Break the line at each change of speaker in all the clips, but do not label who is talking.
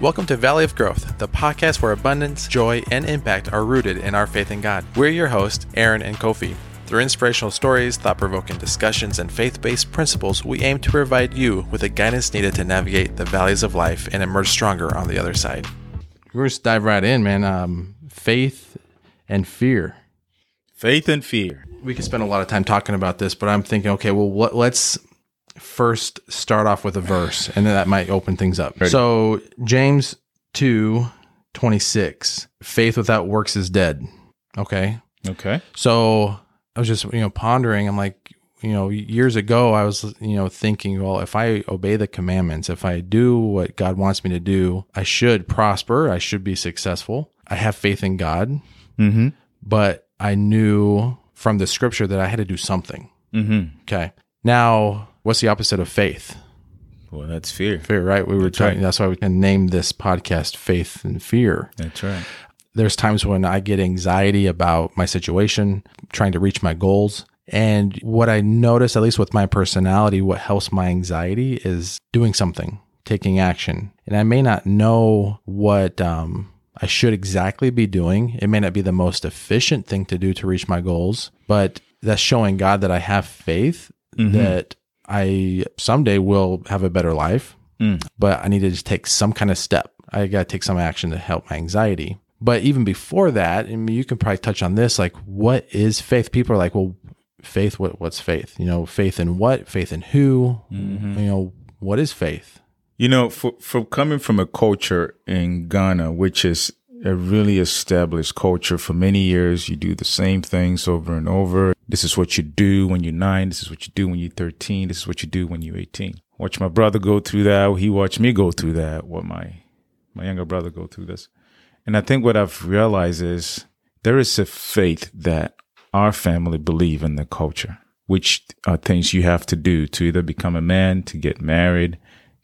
Welcome to Valley of Growth, the podcast where abundance, joy, and impact are rooted in our faith in God. We're your hosts, Aaron and Kofi. Through inspirational stories, thought provoking discussions, and faith based principles, we aim to provide you with the guidance needed to navigate the valleys of life and emerge stronger on the other side. We're just dive right in, man. Um, faith and fear.
Faith and fear.
We could spend a lot of time talking about this, but I'm thinking, okay, well, what, let's first start off with a verse and then that might open things up.
Ready.
So James 2 26 faith without works is dead. Okay.
Okay.
So I was just you know pondering I'm like you know years ago I was you know thinking well if I obey the commandments if I do what God wants me to do I should prosper I should be successful I have faith in God
Mm
but I knew from the scripture that I had to do something.
hmm. Mm
Okay. Now what's the opposite of faith?
hmm. Well, that's fear.
fear, right? We were
That's
trying.
right.
That's why we can name this podcast "Faith and Fear."
That's right.
There's times when I get anxiety about my situation, trying to reach my goals, and what I notice, at least with my personality, what helps my anxiety is doing something, taking action, and I may not know what. Um, I should exactly be doing. It may not be the most efficient thing to do to reach my goals, but that's showing God that I have faith
Mhm.
that I someday will have a better life
Mm.
but I need to just take some kind of step. I got to take some action to help my anxiety. But even before that, I mean, you can probably touch on this. Like, what is faith? People are like, well, faith, what, what's faith? You know, faith in what? Faith in who?
Mm-hmm.
You know, what is faith?
You know, for, for coming from a culture in Ghana, which is a really established culture for many years, you do the same things over and over. This is what you do when you're nine. This is what you do when you're 13. This is what you do when you're 18. Watch my brother go through that. He watched me go through that. What my, my younger brother go through this. And I think what I've realized is there is a faith that our family believe in the culture, which are things you have to do to either become a man, to get married,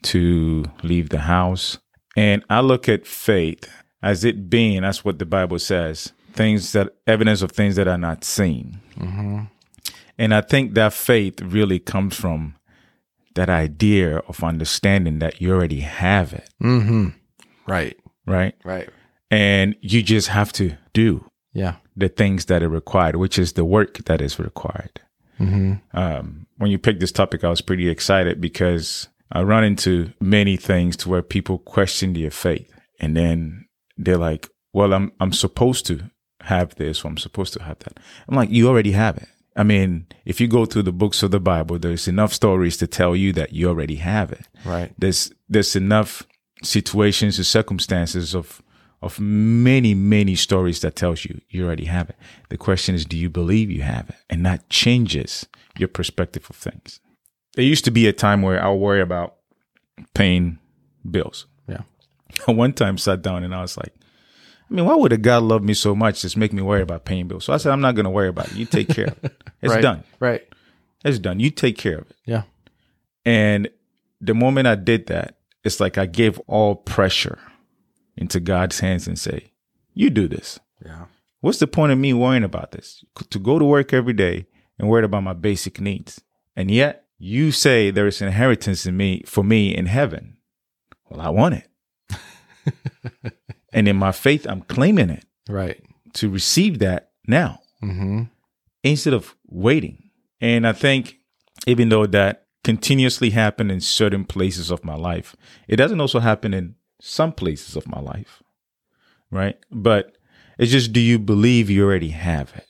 to leave the house. And I look at faith as it being, that's what the Bible says, things that evidence of things that are not seen. And I think that faith really comes from that idea of understanding that you already have it,
Right.
right?
Mm-hmm. Right.
And you just have to do
Yeah.
the things that are required, which is the work that is required. Um, when you picked this topic, I was pretty excited because I run into many things to where people question their faith, and then they're like, "Well, I'm I'm supposed to have this, or I'm supposed to have that." I'm like, "You already have it." I mean, if you go through the books of the Bible, there's enough stories to tell you that you already have it
Right.
there's there's enough situations and circumstances of of many many stories that tells you you already have it the question is do you believe you have it and that changes your perspective of things there used to be a time where i'll worry about paying bills
Yeah.
I one time sat down and i was like i mean why would a god love me so much just make me worry about paying bills so i said i'm not going to worry about it you take care of it it's
Right.
done
Right.
it's done you take care of it
Yeah.
and the moment I did that, it's like I gave all pressure into God's hands and say, You do this.
Yeah.
What's the point of me worrying about this? To go to work every day and worry about my basic needs. And yet you say there is inheritance in me for me in heaven. Well, I want it. and in my faith, I'm claiming it
Right.
to receive that now
Mm-hmm.
instead of waiting. And I think even though that continuously happened in certain places of my life, it doesn't also happen in some places of my life. Right? But it's just do you believe you already have it?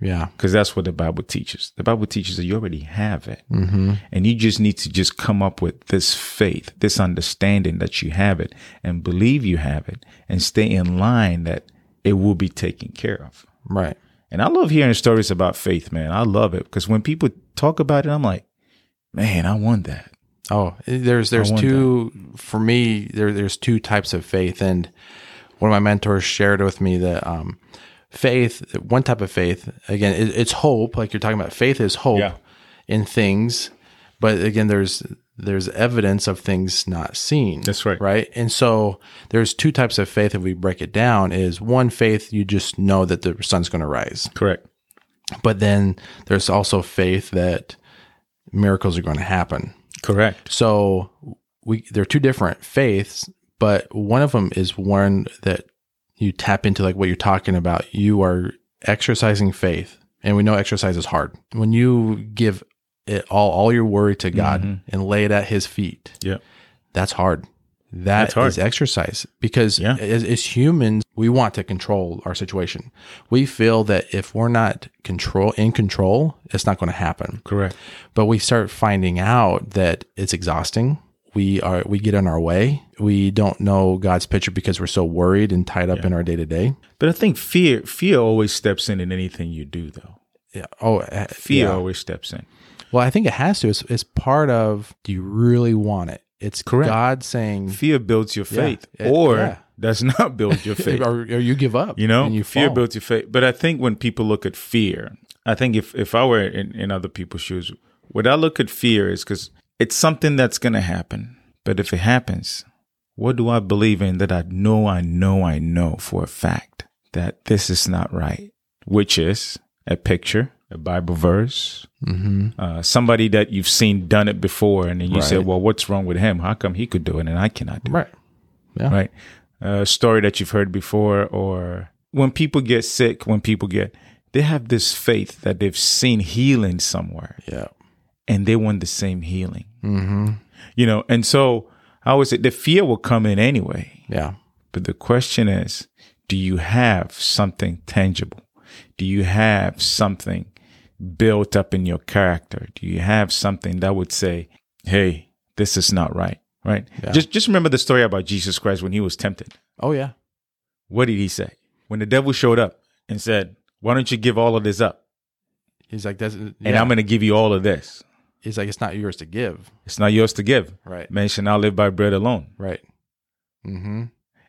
Yeah.
Because that's what the Bible teaches. The Bible teaches that you already have it. And you just need to just come up with this faith, this understanding that you have it and believe you have it and stay in line that it will be taken care of.
Right.
And I love hearing stories about faith, man. I love it because when people talk about it, I'm like, man, I want that.
Oh, there's there's
want
two for me. There there's two types of faith, and one of my mentors shared with me that um, faith, one type of faith, again, it, it's hope. Like you're talking about, faith is hope
Yeah.
in things, but again, there's there's evidence of things not seen.
That's right.
right. And so there's two types of faith. If we break it down, is one faith you just know that the sun's going to rise,
Correct.
but then there's also faith that miracles are going to happen.
Correct.
So we there are two different faiths, But one of them is one that you tap into, like what you're talking about. You are exercising faith, and we know exercise is hard. When you give it all, all your worry to God
Mhm.
and lay it at His feet,
Yeah.
that's hard. that's
That's hard.
exercise because
Yeah.
as, as humans, we want to control our situation. We feel that if we're not control in control, it's not going to happen
Correct.
but we start finding out that it's exhausting we are we get in our way we don't know god's picture because we're so worried and tied up in our day-to-day
But I think fear fear always steps in in anything you do though.
yeah oh uh,
Fear
yeah.
always steps in.
well i think it has to it's, it's part of do you really want it it's
Correct.
god saying
Fear builds your faith
It-
or
yeah.
does not build your faith.
or, or you give up
You know,
and you
fear
fall.
builds your faith. But I think when people look at fear, I think if if I were in, in other people's shoes, what I look at fear is because it's something that's going to happen. But if it happens, what do I believe in that I know, I know, I know for a fact that this is not right? Which is a picture, a Bible verse, uh, somebody that you've seen done it before, and then you say,
Mm-hmm. Right.
"Well, what's wrong with him? How come he could do it and I cannot do it?"
right Yeah.
right? A story that you've heard before, or when people get sick, when people get, they have this faith that they've seen healing somewhere
yeah
and they want the same healing,
mm-hmm
you know? And so I always say the fear will come in anyway.
yeah
But the question is, do you have something tangible? Do you have something built up in your character? Do you have something that would say, Hey, this is not right. Right.
Yeah.
Just, just remember the story about Jesus Christ when he was tempted.
oh yeah
What did he say? When the devil showed up and said, Why don't you give all of this up?
he's like that's yeah.
And I'm going to give you all of this.
he's like it's not yours to give
It's not yours to give.
right
Man shall not live by bread alone.
right mm-hmm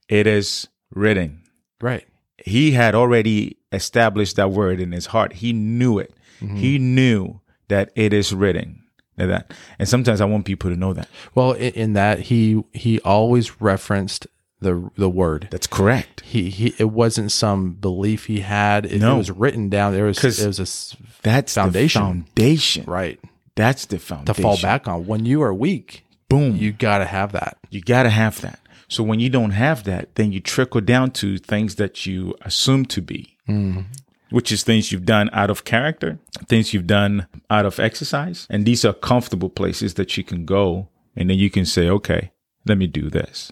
It is written.
right
He had already established that word in his heart. He knew it.
Mm-hmm. Hmm.
He knew that it is written. And That. And sometimes I want people to know that.
Well, in, in that he he always referenced the the word.
That's correct.
He he. It wasn't some belief he had. It,
No.
it was written down. There was
'Cause-
it was a s-
That's
Foundation.
the foundation.
right
That's the
to
foundation.
fall back on when you are weak.
Boom.
You got to have that.
You got to have that. So when you don't have that, then you trickle down to things that you assume to be, which is things you've done out of character, things you've done out of exercise. And these are comfortable places that you can go. And then you can say, okay, let me do this.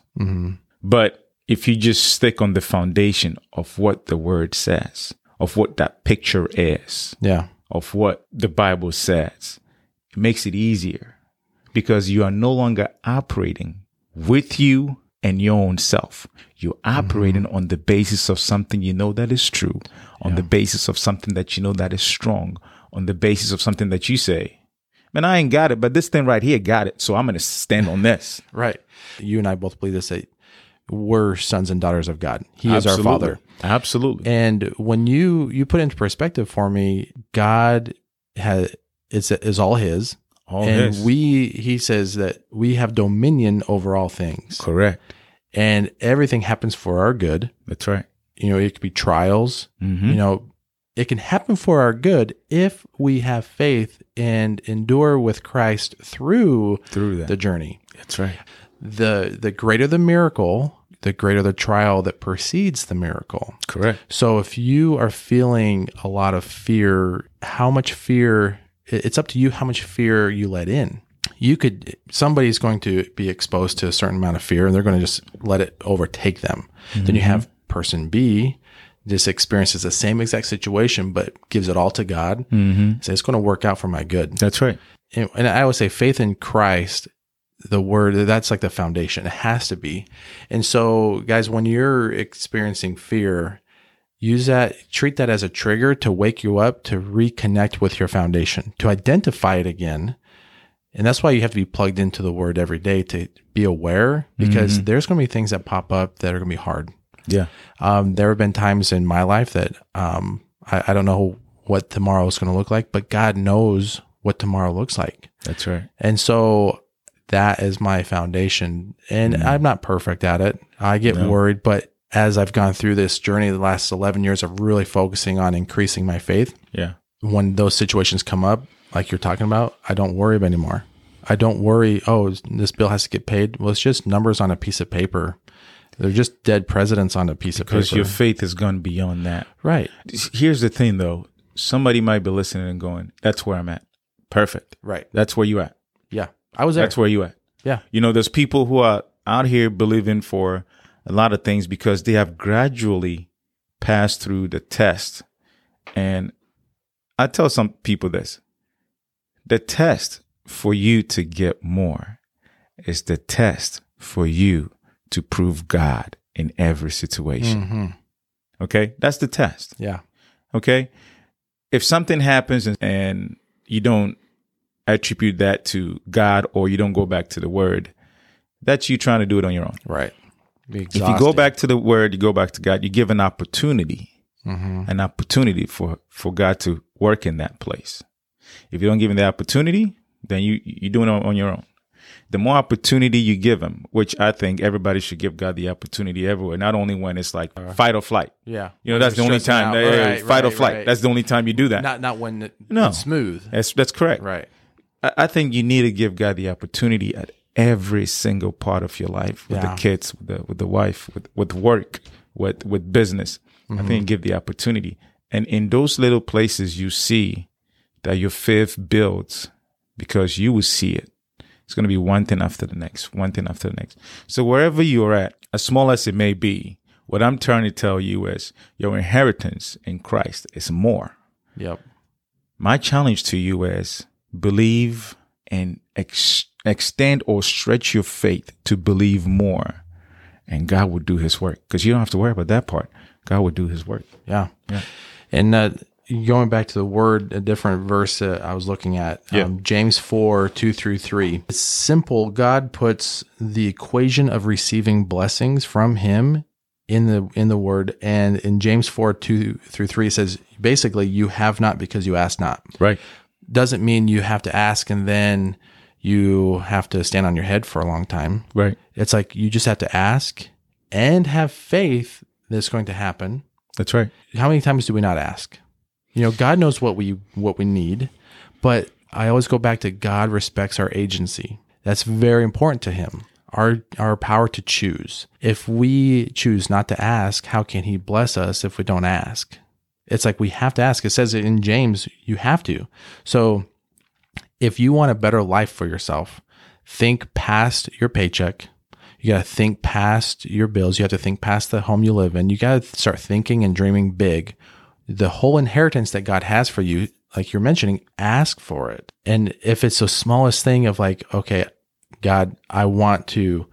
But if you just stick on the foundation of what the word says, of what that picture is,
Yeah.
of what the Bible says. It makes it easier because you are no longer operating with you and your own self. You're operating on the basis of something you know that is true, on the basis of something that you know that is strong, on the basis of something that you say, man, I ain't got it, but this thing right here got it. So I'm going to stand on this.
Right. You and I both believe this. That we're sons and daughters of God. He is our
Absolutely.
Father.
Absolutely.
And when you you put into perspective for me, God has is is all His.
All
and
this.
we he says that we have dominion over all things
Correct.
and everything happens for our good
That's right.
you know it could be trials
Mm-hmm.
you know it can happen for our good if we have faith and endure with Christ through
Through that.
the journey
That's right.
the the greater the miracle the greater the trial that precedes the miracle
Correct.
so if you are feeling a lot of fear, how much fear it- it's up to you how much fear you let in. You could somebody's going to be exposed to a certain amount of fear and they're going to just let it overtake them. Then you have person B just experiences the same exact situation but gives it all to God.
Mm-hmm.
Say it's going to work out for my good.
That's right.
And, and I always say faith in Christ the word that's like the foundation it has to be and so guys when you're experiencing fear use that treat that as a trigger to wake you up to reconnect with your foundation to identify it again and that's why you have to be plugged into the word every day to be aware because there's going to be things that pop up that are going to be hard
Yeah.
um, there have been times in my life that um, I, I don't know what tomorrow is going to look like but god knows what tomorrow looks like
That's right.
and so that is my foundation. And I'm not perfect at it. I get
Mm. No.
worried, but as I've gone through this journey the last 11 years of really focusing on increasing my faith,
Yeah.
when those situations come up, like you're talking about, I don't worry about anymore. I don't worry, oh, this bill has to get paid. Well, it's just numbers on a piece of paper. They're just dead presidents on a piece
because
of paper.
your faith has gone beyond that.
right.
Here's the thing, though. Somebody might be listening and going, "That's where I'm at. Perfect.
Right.
That's where you at.
Yeah. I was there.
That's where you at."
yeah.
You know, there's people who are out here believing for a lot of things because they have gradually passed through the test. And I tell some people this the test for you to get more is the test for you to prove God in every situation.
hmm
Okay? That's the test.
Yeah.
Okay? If something happens and, and you don't attribute that to God or you don't go back to the word, that's you trying to do it on your own.
Right. Be
If you go back to the word, you go back to God, you give an opportunity,
hmm
an opportunity for, for God to work in that place. If you don't give him the opportunity, then you, you're doing it on, on your own. The more opportunity you give him, which I think everybody should give God the opportunity everywhere, not only when it's like fight or flight.
Yeah.
You know, that's the
You're
only
stressing
time.
out.
hey,
Right,
fight or
right,
flight.
right.
That's the only time you do that.
not not when it,
Uh, No.
it's smooth.
that's that's correct.
Right.
I, I think you need to give God the opportunity at every single part of your life with
Yeah.
the kids, with the, with the wife, with, with work, with, with business. I think give the opportunity. And in those little places, you see that your faith builds because you will see it. It's going to be one thing after the next, one thing after the next. So wherever you're at, as small as it may be, what I'm trying to tell you is your inheritance in Christ is more.
Yep.
My challenge to you is believe and ex- extend or stretch your faith to believe more, and God will do His work. Because you don't have to worry about that part. God will do His work.
Yeah. And uh, going back to the word, a different verse uh, I was looking at, um, James 4 2 through 3. It's simple. God puts the equation of receiving blessings from Him in the in the word and in James 4 2 through 3 it says basically you have not because you ask not
Right.
doesn't mean you have to ask and then you have to stand on your head for a long time
Right.
it's like you just have to ask and have faith that it's going to happen
That's right.
how many times do we not ask? You know, God knows what we what we need, but I always go back to God respects our agency. That's very important to him. Our our power to choose. If we choose not to ask, how can he bless us if we don't ask? It's like we have to ask. It says it in James, you have to. So if you want a better life for yourself, think past your paycheck. You got to think past your bills. You have to think past the home you live in. You got to start thinking and dreaming big. The whole inheritance that God has for you, like you're mentioning, ask for it. And if it's the smallest thing of like, okay, God, I want to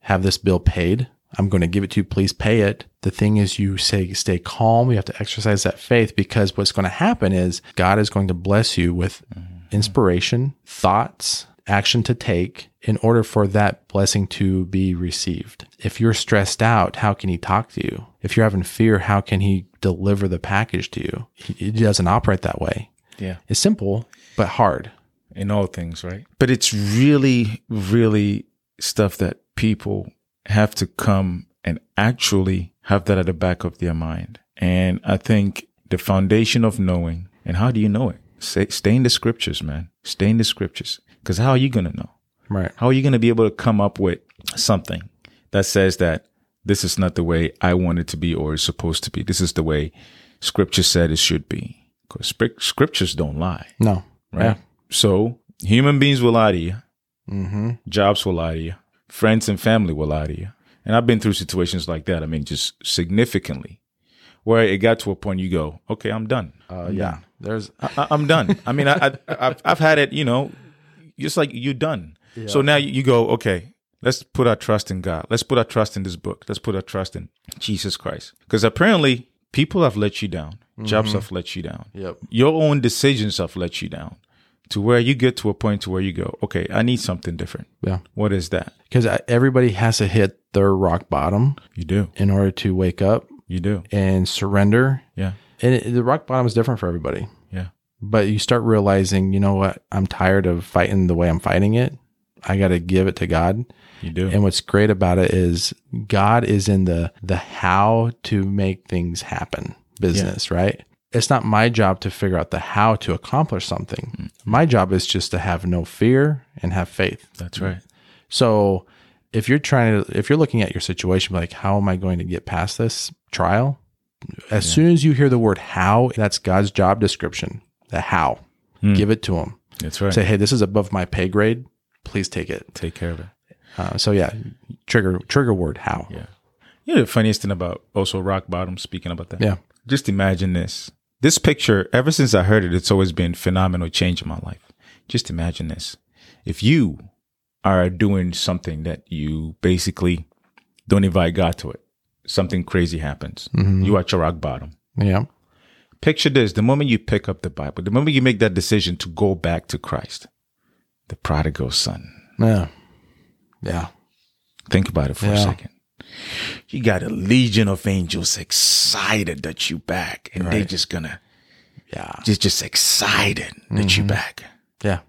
have this bill paid. I'm going to give it to you. Please pay it. The thing is, you say, stay calm. You have to exercise that faith because what's going to happen is God is going to bless you with inspiration, thoughts, action to take in order for that blessing to be received. If you're stressed out, how can He talk to you? If you're having fear, how can He deliver the package to you? He, he doesn't operate that way.
Yeah.
It's simple, but hard.
in all things, right? But it's really, really stuff that people have to come and actually have that at the back of their mind. And I think the foundation of knowing, and how do you know it? Say, stay in the scriptures, man. Stay in the scriptures. Because how are you going to know?
Right.
How are you going to be able to come up with something that says that this is not the way I want it to be or is supposed to be? This is the way scripture said it should be. Because scriptures don't lie.
No.
Right. So human beings will lie to you,
Mm-hmm.
jobs will lie to you, friends and family will lie to you. And I've been through situations like that. I mean, just significantly, where it got to a point you go, okay, I'm done.
Uh, yeah. There's
I, I'm done. I mean, I, I I've, I've had it. You know, just like you're done. So now you go, okay. Let's put our trust in God. Let's put our trust in this book. Let's put our trust in Jesus Christ. Because apparently, people have let you down. Jobs have let you down
yep.
your own decisions have let you down to where you get to a point to where you go, okay, I need something different.
Yeah.
What is that?
Because everybody has to hit their rock bottom
You do.
in order to wake up
You do.
and surrender.
Yeah.
And it, the rock bottom is different for everybody.
Yeah.
but you start realizing, you know what? I'm tired of fighting the way I'm fighting it. I got to give it to God.
You do.
And what's great about it is God is in the the how to make things happen business, right? It's not my job to figure out the how to accomplish something. My job is just to have no fear and have faith.
That's right.
So if you're trying to if you're looking at your situation like how am i going to get past this trial as
Yeah.
soon as you hear the word how that's god's job description the how
Hmm.
give it to him
That's right.
say hey this is above my pay grade please take it
Take care of it.
uh, so yeah trigger trigger word how
Yeah. You know the funniest thing about also rock bottom, speaking about that?
Yeah.
Just imagine this. This picture, ever since I heard it, it's always been phenomenal change in my life. Just imagine this. If you are doing something that you basically don't invite God to it, something crazy happens. You are at your rock bottom.
Mm-hmm. yeah
Picture this the moment you pick up the Bible, the moment you make that decision to go back to Christ, the prodigal son.
yeah yeah
Think about it for a
Yeah.
second. You got a legion of angels excited that you back, and they just gonna
yeah
just just excited that
Mm-hmm.
you back.
yeah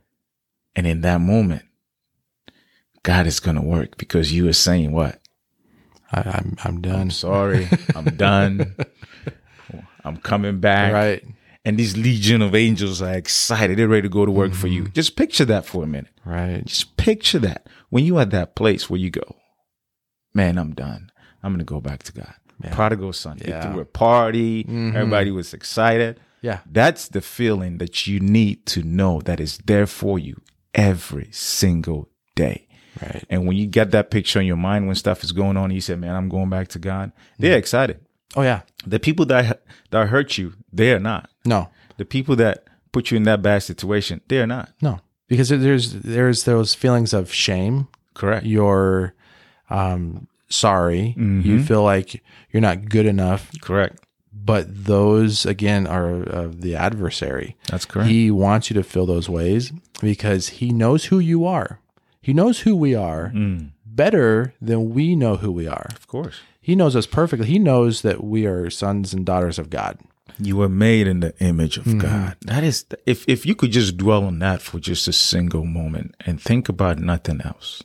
And in that moment, God is gonna work because you are saying what?
I, I'm, I'm
I'm
done
sorry, I'm done. I'm coming back.
right
And these legion of angels are excited. They're ready to go to work for
Mm-hmm.
you. Just picture that for a minute.
right
Just picture that. When you at that place where you go, man, I'm done. I'm gonna go back to God. Prodigal son.
Yeah.
He threw a party. Everybody was excited.
yeah
That's the feeling that you need to know that is there for you every single day.
right
And when you get that picture in your mind when stuff is going on, you say, Man, I'm going back to God. They're excited.
oh yeah
The people that that hurt you, they are not.
no
The people that put you in that bad situation, they are not.
no because there's there's those feelings of shame
Correct.
you're um, sorry. You feel like you're not good enough.
Correct.
But those, again, are of the adversary.
That's correct.
He wants you to feel those ways because he knows who you are. He knows who we are better than we know who we are.
of course.
He knows us perfectly. He knows that we are sons and daughters of God.
You were made in the image of God. That is, if if you could just dwell on that for just a single moment and think about nothing else,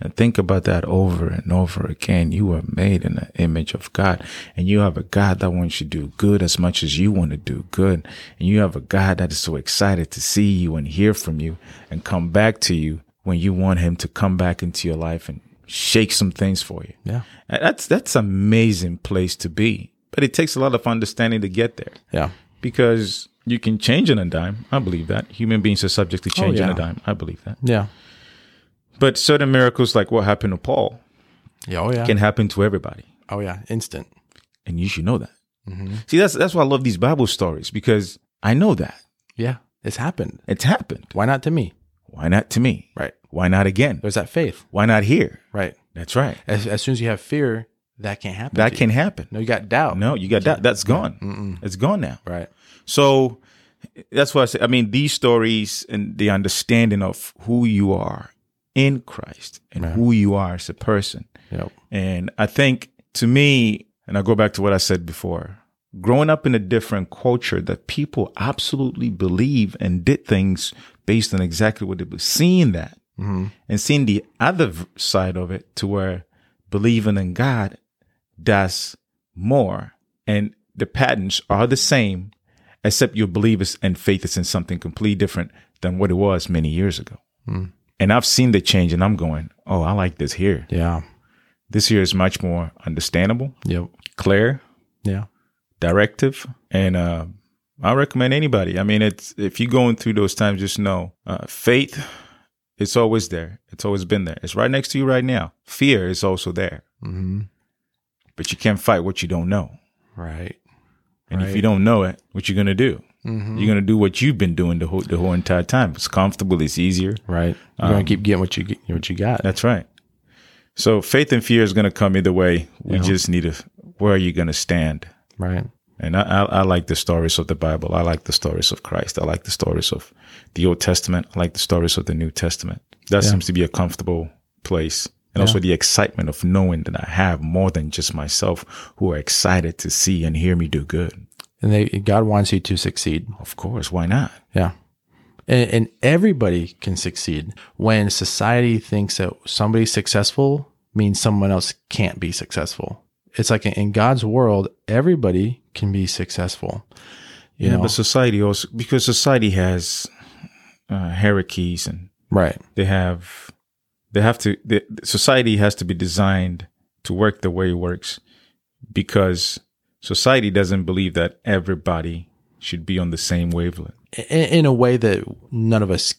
and think about that over and over again, you were made in the image of God, and you have a God that wants you to do good as much as you want to do good, and you have a God that is so excited to see you and hear from you and come back to you when you want Him to come back into your life and shake some things for you.
Yeah.
And That's that's amazing place to be, but it takes a lot of understanding to get there
Yeah.
because you can change in a dime. I believe that human beings are subject to change in
Oh, yeah.
a dime. I believe that.
Yeah.
But certain miracles, like what happened to Paul,
Yeah. Oh, yeah.
can happen to everybody,
oh, yeah. Instant.
and you should know that.
Mm-hmm.
See, that's that's why I love these Bible stories because I know that
Yeah. It's happened.
it's happened.
Why not to me?
Why not to me?
Right.
Why not again?
There's that faith.
Why not here?
Right.
That's right.
As, as soon as you have fear, that can't happen.
That
to you.
can happen.
No, you got doubt.
No, you got that. That's gone. It's gone now.
Right.
So that's why I say, I mean, these stories and the understanding of who you are in Christ and who you are as a person.
Yep.
And I think to me, and I go back to what I said before, growing up in a different culture that people absolutely believe and did things based on exactly what they were seeing that and seeing the other v- side of it to where believing in God does more and the patterns are the same, except your believers and faith is in something completely different than what it was many years ago. And I've seen the change and I'm going, oh, I like this here
Yeah.
this year is much more understandable,
Yep.
clear,
Yeah.
directive, and uh, I recommend anybody. I mean, it's if you're going through those times, just know uh, faith. It's always there. It's always been there. It's right next to you right now. Fear is also there,
Mm-hmm.
but you can't fight what you don't know.
Right.
And if
Right.
you don't know it, what you gonna do?
Mm-hmm.
You're gonna do what you've been doing the whole the whole entire time. It's comfortable. It's easier.
Right. You're gonna keep getting what you get, what you got.
Um, That's right. So faith and fear is gonna come either way. We just need to. Where are you gonna stand?
Right.
And I, I, I like the stories of the Bible. I like the stories of Christ. I like the stories of the Old Testament. I like the stories of the New Testament. That seems to be a comfortable place. And also the excitement of knowing that I have more than just myself who are excited to see and hear me do good.
And they God wants you to succeed.
Of course, why not?
Yeah. And, and everybody can succeed when society thinks that somebody's successful means someone else can't be successful. It's like in- in God's world, everybody can be successful. You
yeah,
know?
but society also, because society has uh, hierarchies and
Right.
they have They have to, the society has to be designed to work the way it works because society doesn't believe that everybody should be on the same wavelength.
in, in a way that none of us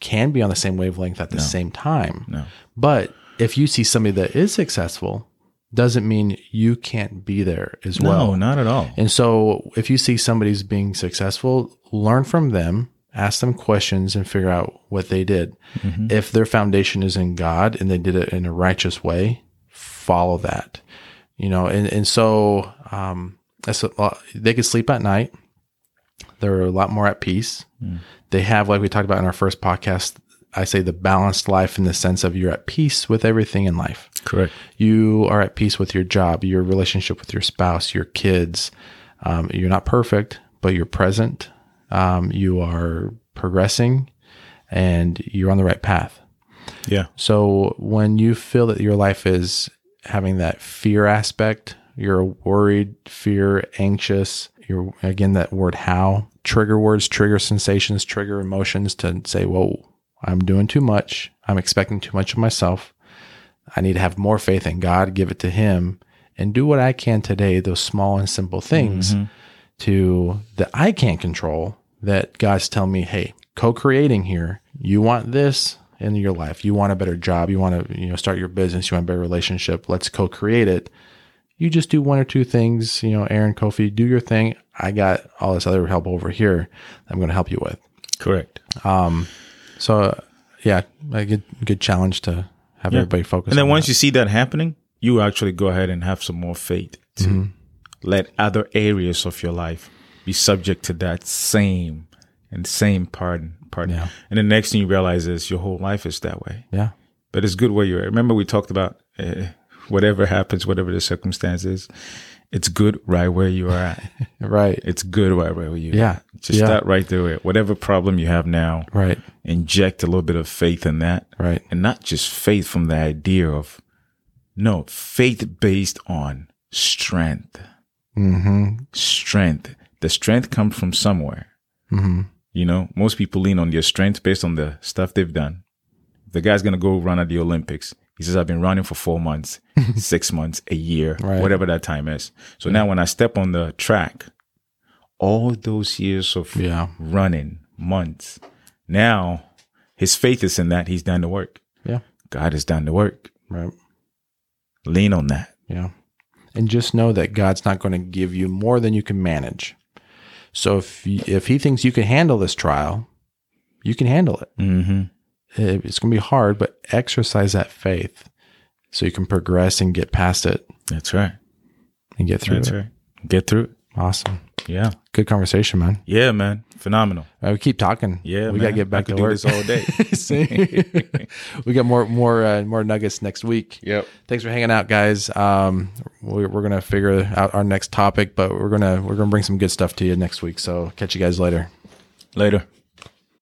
can be on the same wavelength at the
No.
same time.
No.
But if you see somebody that is successful, doesn't mean you can't be there as well.
no, not at all.
And so if you see somebody's being successful, learn from them, ask them questions and figure out what they did. If their foundation is in God and they did it in a righteous way, follow that. You know, and, and so um that's a lot, they can sleep at night. They're a lot more at peace. They have, like we talked about in our first podcast, I say the balanced life in the sense of you're at peace with everything in life
Correct.
you are at peace with your job, your relationship with your spouse, your kids. Um, you're not perfect, but you're present. Um, you are progressing and you're on the right path.
Yeah.
So when you feel that your life is having that fear aspect, you're worried, fear, anxious, you're again that word how, trigger words, trigger sensations, trigger emotions to say, "Whoa, I'm doing too much. I'm expecting too much of myself. I need to have more faith in God, give it to him and do what I can today, those small and simple things to that I can't control that God's telling me, hey, co-creating here. You want this in your life. You want a better job. You want to, you know, start your business. You want a better relationship. Let's co-create it. You just do one or two things, you know, Aaron, Kofi, do your thing. I got all this other help over here that I'm going to help you with.
Correct.
So, uh, yeah, a good, good challenge to have everybody focus
And then
on
once you see that happening, you actually go ahead and have some more faith to let other areas of your life be subject to that same and same pardon. Pardon.
Yeah.
And the next thing you realize is your whole life is that way.
that. Yeah.
But it's good where you're. at. Remember, we talked about uh, whatever happens, whatever the circumstances, it's good right where you are at.
Right.
it's good right where you are.
Yeah.
Just
Yeah.
start right there. Whatever problem you have now,
Right.
inject a little bit of faith in that
Right.
and not just faith from the idea of no faith based on strength
Mm-hmm.
strength the strength comes from somewhere
Mm-hmm.
you know most people lean on their strength based on the stuff they've done the guy's gonna go run at the olympics he says i've been running for four months six months a year
Right.
whatever that time is so now when i step on the track all those years of
Yeah.
running months now his faith is in that he's done the work
Yeah.
god has done the work
Right.
lean on that.
Yeah. And just know that God's not going to give you more than you can manage. So if you, if he thinks you can handle this trial, you can handle it.
Mm-hmm.
It- It's going to be hard, but exercise that faith so you can progress and get past it
That's right.
and get through
That's
it.
right. Get through
Awesome.
it. Yeah.
Good conversation, man.
Yeah, man. Phenomenal.
Uh, we keep talking.
Yeah,
we got to
man.
get
I
back to
could do
work.
this all day.
Same. we got more more uh, more nuggets next week.
Yep.
thanks for hanging out guys um we're, we're gonna figure out our next topic but we're gonna we're gonna bring some good stuff to you next week so catch you guys later
Later.